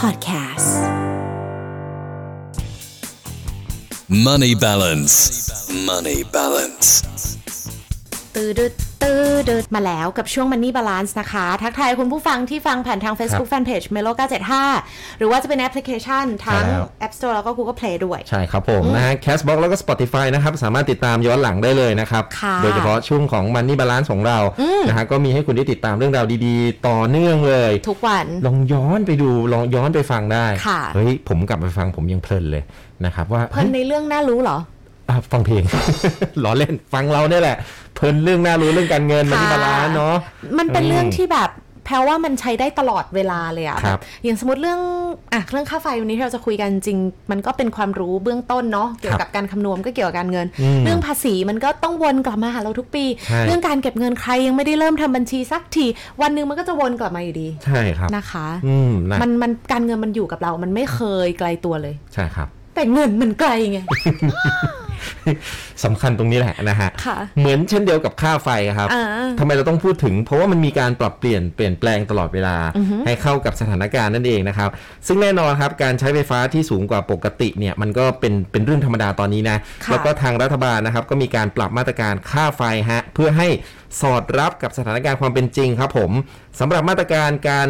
Podcasts. Money balance. Money balance. ตืดดตืดดดมาแล้วกับช่วง Money Balance นะคะ ทักทายคุณผู้ฟังที่ฟังผ่านทาง Facebook Fanpage Melo 975 หรือว่าจะเป็นแอปพลิเคชันทั้ง ใช่แล้ว App Store แล้วก็ Google Play ด้วย ใช่ครับผมนะฮะ Castbox แล้วก็ Spotify นะครับ สามารถติดตามย้อนหลังได้เลยนะครับ ค่ะ โดยเฉพาะช่วงของ Money Balance ของเรา อืม นะฮะก็มีให้คุณได้ติดตามเรื่องราวดีๆ ต่อเนื่องเลย ทุกวัน ลองย้อนไปดูลองย้อนไปฟังได้ ค่ะ เฮ้ยผมกลับไปฟังผมยังเพลินเลยนะครับว่า เพิ่นในเรื่องน่ารู้เหรอ อ่ะฟังเพลง ล้อเล่นฟังเราเนี่ยแหละ เพลินเรื่องน่ารู้เรื่องการเงิน Money ค่ะ Balance เนาะ มันเป็น อืม เรื่องที่แบบแพลว่ามันใช้ได้ตลอดเวลาเลยอะ ค แบ รั บบ อย่างสมมติเรื่องอะเรื่องค่าไฟวันนี้ที่เราจะคุยกันจริง มันก็เป็นความรู้เบื้องต้นเนาะเกี่ยวกับการคำนวณก็เกี่ยวกับการเงิน อืม เรื่องภาษีมันก็ต้องวนกลับมาหาเราทุกปี ใช่ เรื่องการเก็บเงินใครยังไม่ได้เริ่มทำบัญชีสักทีวันหนึงมันก็จะวนกลับมาอยู่ดี ใช่ครับ นะคะ อืมนะ มันมันการเงินมันอยู่กับเรา มันไม่เคยไกลตัวเลย ใช่ครับ แต่เงินมันไกลไง สำคัญตรงนี้แหละนะฮะ ค่ะ เหมือนเช่นเดียวกับค่าไฟครับ อ่า ทำไมเราต้องพูดถึง เพราะว่ามันมีการปรับเปลี่ยนเปลี่ยนแปลงตลอดเวลา อือฮึ ให้เข้ากับสถานการณ์นั่นเองนะครับ ซึ่งแน่นอนครับการใช้ไฟฟ้าที่สูงกว่าปกติเนี่ยมันก็เป็นเป็นเรื่องธรรมดาตอนนี้นะ ค่ะ แล้วก็ทางรัฐบาลนะครับก็มีการปรับมาตรการค่าไฟฮะเพื่อให้สอดรับกับสถานการณ์ความเป็นจริงครับผมสำหรับมาตรการการ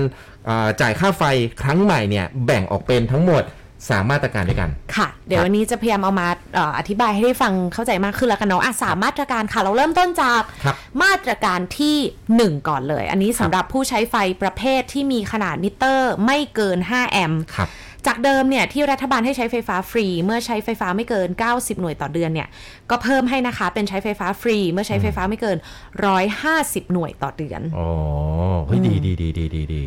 อ่าจ่ายค่าไฟครั้งใหม่เนี่ยแบ่งออกเป็นทั้งหมดสามมาตรการด้วยกัน ค่ะ เดี๋ยววันนี้จะพยายามเอามาเอ่ออธิบายให้ได้ฟังเข้าใจมากขึ้นแล้วกันเนาะอ่ะสามมาตรการค่ะ เราเริ่มต้นจาก ครับ มาตรการที่ 1 ก่อนเลย อันนี้สำหรับผู้ใช้ไฟประเภทที่มีขนาดมิเตอร์ไม่เกิน 5 แอมป์ ครับ จากเดิมเนี่ยที่รัฐบาลให้ใช้ไฟฟ้าฟรี เมื่อใช้ไฟฟ้าไม่เกิน 90 หน่วยต่อเดือนเนี่ยก็เพิ่มให้นะคะเป็นใช้ไฟฟ้าฟรี เมื่อใช้ไฟฟ้าไม่เกิน 150 หน่วยต่อเดือน อ๋อเฮ้ยดีดีดีดีดีดี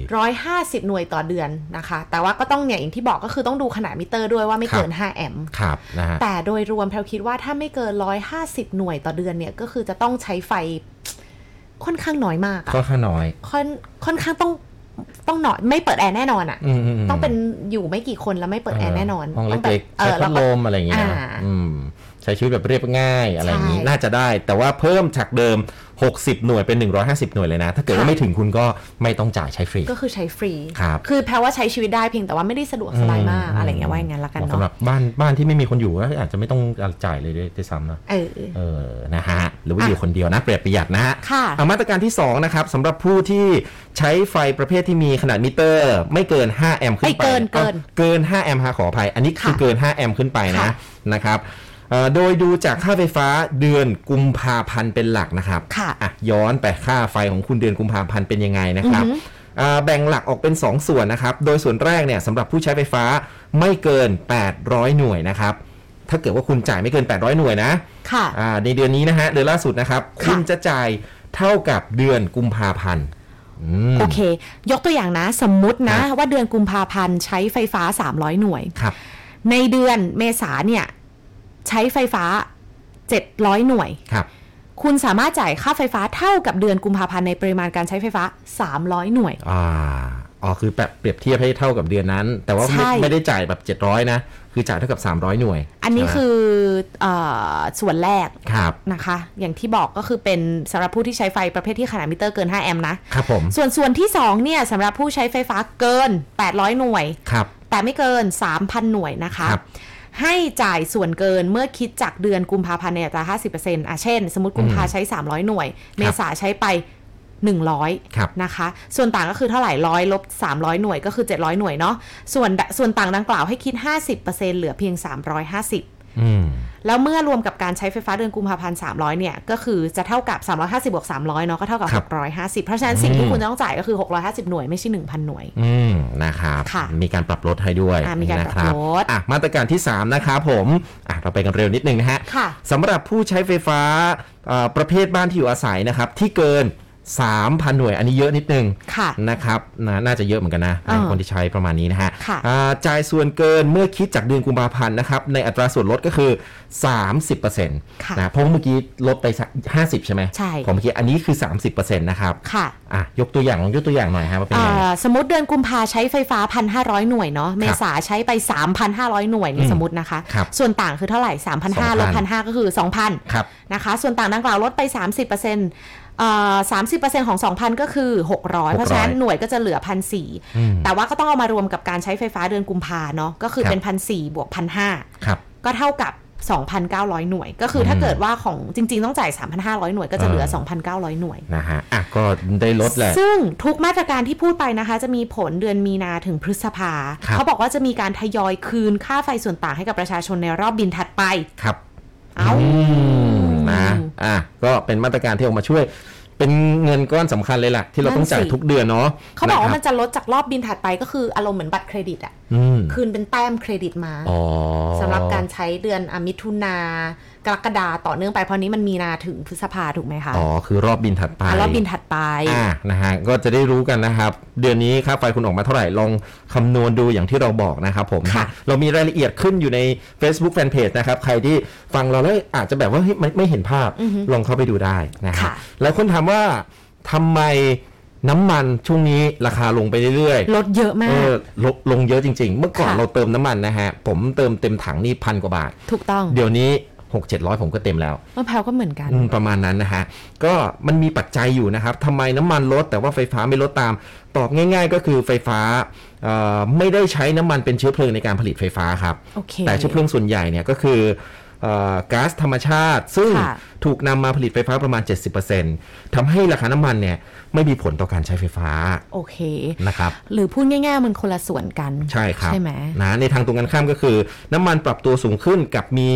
150 หน่วยต่อเดือนนะคะ แต่ว่าก็ต้องเนี่ยอย่างที่บอกก็คือต้องดูขนาดมิเตอร์ด้วยว่าไม่เกิน 5 แอมป์ ครับนะฮะ แต่โดยรวมแพลคิดว่าถ้าไม่เกิน 150 หน่วยต่อเดือนเนี่ย ก็คือจะต้องใช้ไฟ ค่อนข้างน้อยมากอะ ก็ข้างน้อย ค่อนค่อนข้างต้องต้องหน่อยไม่เปิดแอร์แน่นอนอะ อืมมม ต้องเป็นอยู่ไม่กี่คนแล้วไม่เปิดแอร์แน่นอน ห้อง ต้แบบ เล็กๆ เอ ใช้ อ พั แล้วดล ก็ มอะไรอย่างเงี้ยนะ อ่า อืมใช้ชีวิตแบบเรียบง่ายอะไรอย่างนี้ ใช่ น่าจะได้ แต่ว่าเพิ่มจากเดิม 60 หน่วยเป็น 150 หน่วยเลยนะ ถ้าเกิดว่า ค่ะ ไม่ถึงคุณก็ไม่ต้องจ่ายใช้ฟรี ก็คือใช้ฟรี ครับ คือแพลว่าใช้ชีวิตได้เพียงแต่ว่าไม่ได้สะดวกสบายมาก อืม อะไรอย่างเงี้ยว่าอย่างนั้นละกัน สำห เนาะ รับบ้านบ้านที่ไม่มีคนอยู่ก็อาจจะไม่ต้องจ่ายเลยด้วยซ้ำนะ เออ เออนะฮะหรือว่า อ่ะ อยู่คนเดียวนะเปรียบประหยัดนะฮะ ค่ะ อ่ะมาตรการที่ 2 นะครับสำหรับผู้ที่ใช้ไฟประเภทที่มีขนาดมิเตอร์ ไม่เกิน 5 แอมป์ขึ้นไป ไม่เกินเกิน อ่ะเกิน 5 แอมป์ฮะขออภัย อันนี้คือ ค่ะ เกิน 5 แอมป์ขึ้นไปนะ ค่ะ นะครับเอ่อโดยดูจากค่าไฟฟ้าเดือนกุมภาพันธ์เป็นหลักนะครับ ค่ะ อ่ะย้อนไปค่าไฟของคุณเดือนกุมภาพันธ์เป็นยังไงนะครับอ่าแบ่งหลักออกเป็น 2 ส่วนนะครับ โดยส่วนแรกเนี่ยสำหรับผู้ใช้ไฟฟ้าไม่เกิน 800 หน่วยนะครับ ถ้าเกิดว่าคุณจ่ายไม่เกิน 800 หน่วยนะ ค่ะ อ่าในเดือนนี้นะฮะเดือนล่าสุดนะครับ ค่ะ คุณจะจ่ายเท่ากับเดือนกุมภาพันธ์อืม โอเค ยกตัวอย่างนะ สมมุตินะ ครับ ว่าเดือนกุมภาพันธ์ใช้ไฟฟ้า 300 หน่วย ครับ ในเดือนเมษาเนี่ย ใช้ไฟฟ้า 700 หน่วย ครับ คุณสามารถจ่ายค่าไฟฟ้าเท่ากับเดือนกุมภาพันธ์ในปริมาณการใช้ไฟฟ้า 300 หน่วย อ่าอ๋อคือแบบเปรียบเทียบให้เท่ากับเดือนนั้น แต่ว่าไม่ ใช่ ไม่ได้จ่ายแบบ 700 นะ คือจ่ายเท่ากับ 300 หน่วย อันนี้ ใช่ไหม คือเออส่วนแรก ครับ นะคะ อย่างที่บอกก็คือเป็นสำหรับผู้ที่ใช้ไฟประเภทที่ขนาดมิเตอร์เกิน 5 แอมป์นะ ครับผม ส่วนส่วนที่ 2 เนี่ยสำหรับผู้ใช้ไฟฟ้าเกิน 800 หน่วย ครับ แต่ไม่เกิน 3,000 หน่วยนะคะ ครับ ให้จ่ายส่วนเกินเมื่อคิดจากเดือนกุมภาพันธ์ในอัตรา 50%อ่ะเช่น สมมติกุมภาใช้ 300 หน่วย เมษาใช้ไป ครับ 100 นะคะ ส่วนต่างก็คือเท่าไหร่ร้อยลบ 300 หน่วยก็คือ 700 หน่วยเนาะ ส่วนส่วนต่างดังกล่าวให้คิด 50%เหลือเพียง 350 อืม แล้วเมื่อรวมกับการใช้ไฟฟ้าเดือนกุมภาพันธ์ 300 เนี่ย ก็คือจะเท่ากับ 350บวก300 เนาะ ก็เท่ากับ ครับ 650 เพราะฉะนั้นสิ่งที่คุณจะต้องจ่ายก็คือ 650 หน่วยไม่ใช่ 1,000 หน่วย อืม นะครับ ค่ะ มีการปรับลดให้ด้วย อ่ะมีการปรับ นะค ลด อ่ะมาตรการที่ 3 นะครับผมอ่ะเราไปกันเร็วนิดนึงนะฮะ ค่ะ สำหรับผู้ใช้ไฟฟ้าเอ่อประเภทบ้านที่อยู่อาศัยนะครับ ที่เกิน 3,000 หน่วย อันนี้เยอะนิดนึง ค่ะ นะครับนะน่าจะเยอะเหมือนกันนะ อ่า คนที่ใช้ประมาณนี้นะฮะ ค่ะ อ่าจ่ายส่วนเกินเมื่อคิดจากเดือนกุมภาพันธ์นะครับ ในอัตราส่วนลดก็คือ 30% ค่ะ นะเพราะว่าเมื่อกี้ลดไปสัก50 ใช่ไหม ใช่ ผมเมื่อกี้อันนี้คือ 30%นะครับ ค่ะ อ่ะยกตัวอย่างลองยกตัวอย่างหน่อยฮะว่าเป็นยังไง อ่าสมมติเดือนกุมภาใช้ไฟฟ้า 1,500 หน่วยเนาะเมษาใช้ไป 3,500 หน่วยเนี่ย อืม สมมตินะคะ ครับ ส่วนต่างคือเท่าไหร่ 3,500 2,000 ลบ1,500 ก็คือ ครับ 2,000 นะคะ ส่วนต่างดังกล่าวลดไป 30%เ สามสิบเปอร์เซ็นต์ของสองพันก็คือหกร้อยเพราะฉะนั้นหน่วยก็จะเหลือพันสี่ อืม แต่ว่าก็ต้องเอามารวมกับการใช้ไฟฟ้าเดือนกุมภาเนาะก็คือ ครับ เป็นพันสี่บวกพันห้า ครับ ก็เท่ากับ 2,900 หน่วย ก็คือถ้า อืม เกิดว่าของจริง ๆ ต้องจ่าย 3,500 หน่วยก็จะ อ่า เหลือ 2,900 หน่วย นะฮะอ่ะก็ได้ลดแหละ ซึ่งทุกมาตรการที่พูดไปนะคะ จะมีผลเดือนมีนาถึงพฤษภา ครับ เขาบอกว่าจะมีการทยอยคืนค่าไฟส่วนต่างให้กับประชาชนในรอบบินถัดไป ครับ เอ้า อืมนะอ่ะก็เป็นมาตรการที่ออกมาช่วย เป็นเงินก้อนสำคัญเลยล่ะ ที่เราต้องจ่าย นั่นสิ ทุกเดือนเนาะ เขาบอกว่ามั นะ นจะลดจากรอบบินถัดไปก็คืออารมณ์เหมือนบัตรเครดิตอะ อืม คืนเป็นแต้มเครดิตมา อ๋อ สำหรับการใช้เดือนอะมิถุนากรกฎาต่อเนื่องไปเพราะนี้มันมีนาถึงพฤษภาถูกไหมคะ อ๋อคือรอบบินถัดไป ะรอบบินถัดไป อ่านะฮะ ก็จะได้รู้กันนะครับ เดือนนี้ค่าไฟคุณออกมาเท่าไหร่ ลองคำนวณดูอย่างที่เราบอกนะครับผม ค่ะ เรามีรายละเอียดขึ้นอยู่ใน Facebook Fanpage นะครับ ใครที่ฟังเราแล้วอาจจะแบบว่าเฮ้ยไม่ไม่เห็นภาพ ลองเข้าไปดูได้นะฮะแล้วคนถามว่าทำไมน้ำมันช่วงนี้ราคาลงไปเรื่อยๆ ลดเยอะมา เอก อลดลงเยอะจริง ๆ เมื่อก่อน ค่ะ เราเติมน้ำมันนะฮะ ผมเติมเต็มถังนี่พันกว่าบาท ถูกต้อง เดี๋ยวนี้ 6 7 0 0 ผมก็เต็มแล้ว มะพร้าวก็เหมือนกัน อืมประมาณนั้นนะฮะ ก็มันมีปัจจัยอยู่นะครับทำไมน้ำมันลดแต่ว่าไฟฟ้าไม่ลดตาม ตอบง่าย ๆ ก็คือไฟฟ้าเอ่อไม่ได้ใช้น้ำมันเป็นเชื้อเพลิงในการผลิตไฟฟ้าครับ โอเค แต่เชื้อเพลิงส่วนใหญ่เนี่ยก็คือเอ่อก๊าซธรรมชาติ ซึ่ง ค่ะ ถูกนำมาผลิตไฟฟ้าประมาณ 70%ทำให้ราคาน้ำมันเนี่ยไม่มีผลต่อการใช้ไฟฟ้า โอเค นะครับ หรือพูดง่ายๆมันคนละส่วนกัน ใช่ครับ ใช่ไหม นะในทางตรงกันข้ามก็คือ น้ำมันปรับตัวสูงขึ้นกับมี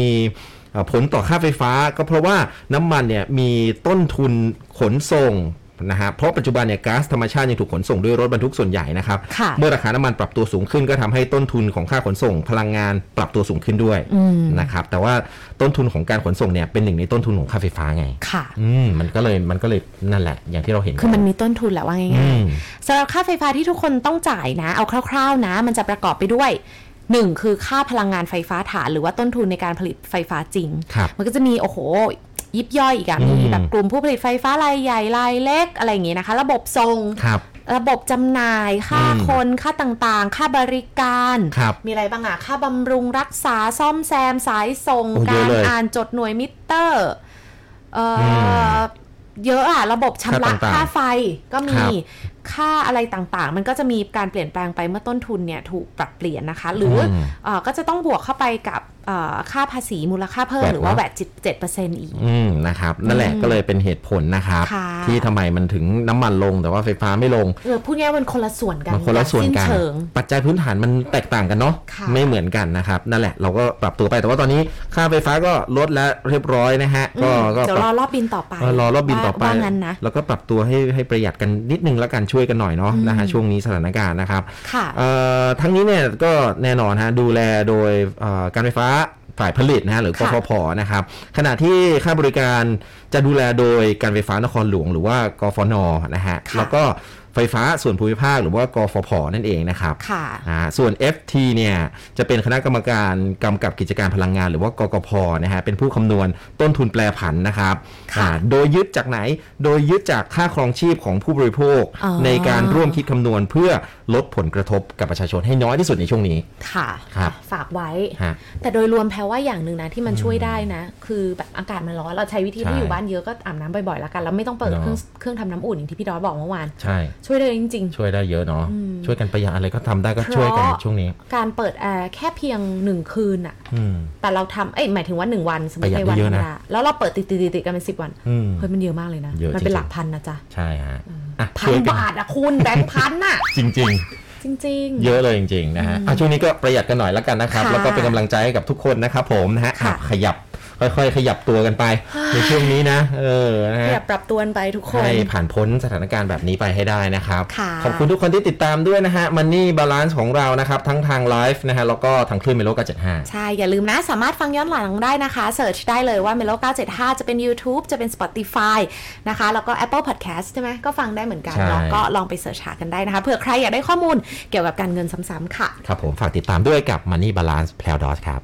เอ่อผลต่อค่าไฟฟ้า ก็เพราะว่าน้ำมันเนี่ยมีต้นทุนขนส่งนะฮะเพราะปัจจุบันเนี่ยก๊าซธรรมชาติยังถูกขนส่งด้วยรถบรรทุกส่วนใหญ่นะครับ ค่ะ เมื่อราคาน้ำมันปรับตัวสูงขึ้นก็ทำให้ต้นทุนของค่าขนส่ง พลังงานปรับตัวสูงขึ้นด้วยนะครับแต่ว่าต้นทุนของการขนส่งเนี่ยเป็นหนึ่งในต้นทุนของค่าไฟฟ้าไง ค่ะ อืมมันก็เลยมันก็เลยนั่นแหละอย่างที่เราเห็น คือมันมีต้นทุนแหละว่า อื ง่าย ม ๆสำหรับค่าไฟฟ้าที่ทุกคนต้องจ่ายนะ เอาคร่าวๆนะ มันจะประกอบไปด้วย 1 คือค่าพลังงานไฟฟ้าฐาน หรือว่าต้นทุนในการผลิตไฟฟ้าจริง ครับ มันก็จะมีโอ้โห ยิบย่อยอีกอะ อืม มีแบบกลุ่มผู้ผลิตไฟฟ้ารายใหญ่รายเล็กอะไรอย่างงี้นะคะ ระบบทรง ครับ ระบบจำหน่าย ค่า อืม คนค่าต่างๆ ค่าบริการ ครับ มีอะไรบ้างอะค่าบำรุงรักษาซ่อมแซมสายส่ง โอ้เย การอะเลย อ่านจดหน่วยมิเตอร์เอ่อ ม เยอะอะระบบชำระ ค่าต่างๆ ค่าไฟก็มี ครับ ค่าอะไรต่างๆ มันก็จะมีการเปลี่ยนแปลงไปเมื่อต้นทุนเนี่ยถูกปรับเปลี่ยนนะคะ หรืออ ม เอ่อก็จะต้องบวกเข้าไปกับเอ่อค่าภาษีมูลค่าเพิ่ม แวด หรือว่า เนอะ แวดเจ็ดเปอร์เซ็นต์อีก อืมนะครับนั่นแหละก็เลยเป็นเหตุผลนะครับ ค่ะ ที่ทำไมมันถึงน้ำมันลงแต่ว่าไฟฟ้าไม่ลง เออพูดง่ายๆมันคนละส่วนกัน มันคนละส่วนกัน สิ้เชิง ปัจจัยพื้นฐานมันแตกต่างกันเนาะ ค่ะ ไม่เหมือนกันนะครับนั่นแหละเราก็ปรับตัวไปแต่ว่าตอนนี้ค่าไฟฟ้าก็ลดแล้วเรียบร้อยนะฮะก็ อืม ก็ เดี๋ยวรปรั อบ รอบบินต่อไป เออรอรอบบินต่อไป ว่าว่างั้นนะ แล้วก็ปรับตัวให้ให้ประหยัดกันนิดนึงแล้วกันช่วยกันหน่อยเนาะนะฮะช่วงนี้สถานการณ์นะครับ ค่ะ เอ่อทั้งนี้เนี่ยก็แน่นอนฮะดูแลโดยเอ่อการไฟฟ้าฝ่ายผลิตนะฮะหรือก ค่ะ ฟผนะครับขณะที่ค่าบริการจะดูแลโดยการไฟฟ้านครหลวง หรือว่ากฟนนะฮะแล้วก็ไฟฟ้าส่วนภูมิภาคหรือว่ากฟผนั่นเองนะครับ ค่ะ อ่าส่วน FT เนี่ยจะเป็นคณะกรรมการกำกับกิจการพลังงาน หรือว่ากกพนะฮะเป็นผู้คำนวณต้นทุนแปรผันนะครับ ค่ะ อ่าโดยยึดจากไหนโดยยึดจากค่าครองชีพของผู้บริโภค อ๋อ ในการร่วมคิด คิดคำนวณเพื่อลดผลกระทบกับประชาชนให้น้อยที่สุดในช่วงนี้ ค่ะ ครับ ฝากไว้ ฮะ แต่โดยรวมแพลว่าอย่างหนึ่งนะที่มันช่วยได้นะ คือแบบอากาศมันร้อนเราใช้วิธี ใช่ ที่อยู่บ้านเยอะก็อาบน้ำบ่อยๆแล้วกันแล้วไม่ต้องเปิด เนอะ เครื่องเครื่องทำน้ำอุ่นอย่างที่พี่ดอยบอกเมื่อวาน ใช่ ช่วยได้จริง ช่วยได้เยอะเนาะ อืม ช่วยกันประหยัดอะไรก็ทำได้ก็ช่วยกัน เพราะ ช่วงนี้ ๆ การเปิดแอร์แค่เพียงหนึ่งคืนอะ อืม แต่เราทำเอ้ยหมายถึงว่าหนึ่งวันสมม ประห ติ ยัในดได้ วัน เย ธรรมอะนะ ดาแล้วเราเปิดติดๆๆๆกันเป็นสิบวัน อืม เฮ้ยมันเยอะมากเลยนะ เยอะ มันเป็น จริงๆ หลักพันนะจ๊ะ ใช่ฮะอ่ะ พั ช่ น วยกับ าทอะคุณแบงค์พันอะ จริง จริง ๆ เยอะเลยจริง ๆ นะฮะอ่ะช่วงนี้ก็ประหยัดกันหน่อยแล้วกันนะครับ ค่ะ แล้วก็เป็นกำลังใจให้กับทุกคนนะครับผมนะฮะ ค่ะ อ่ะขยับค่อยๆ ขยับตัวกันไป ในช่วงนี้นะเออนะ ๆ ฮะ แบบปรับตัวกันไปทุกคน ให้ผ่านพ้นสถานการณ์แบบนี้ไปให้ได้นะครับ ค่ะ ขอบคุณทุกคนที่ติดตามด้วยนะฮะมันนี่บาลานซ์ของเรานะครับ ทั้งทางไลฟ์นะฮะแล้วก็ทางคลื่นเมโลกาเจ็ดห้า ใช่ อย่าลืมนะ สามารถฟังย้อนหลังได้นะคะเสิร์ชได้เลยว่า Melo 975 จะเป็น YouTube จะเป็น Spotify นะคะ แล้วก็ Apple Podcast ใช่ไหมก็ฟังได้เหมือนกัน ใช่ เนาะก็ลองไปเสิร์ชหากันได้นะคะเผื่อใครอยากได้ข้อมูลเกี่ยวกับการเงินซ้ำๆค่ะ ครับผมฝากติดตามด้วยกับ Money Balance p l a d o s ครับ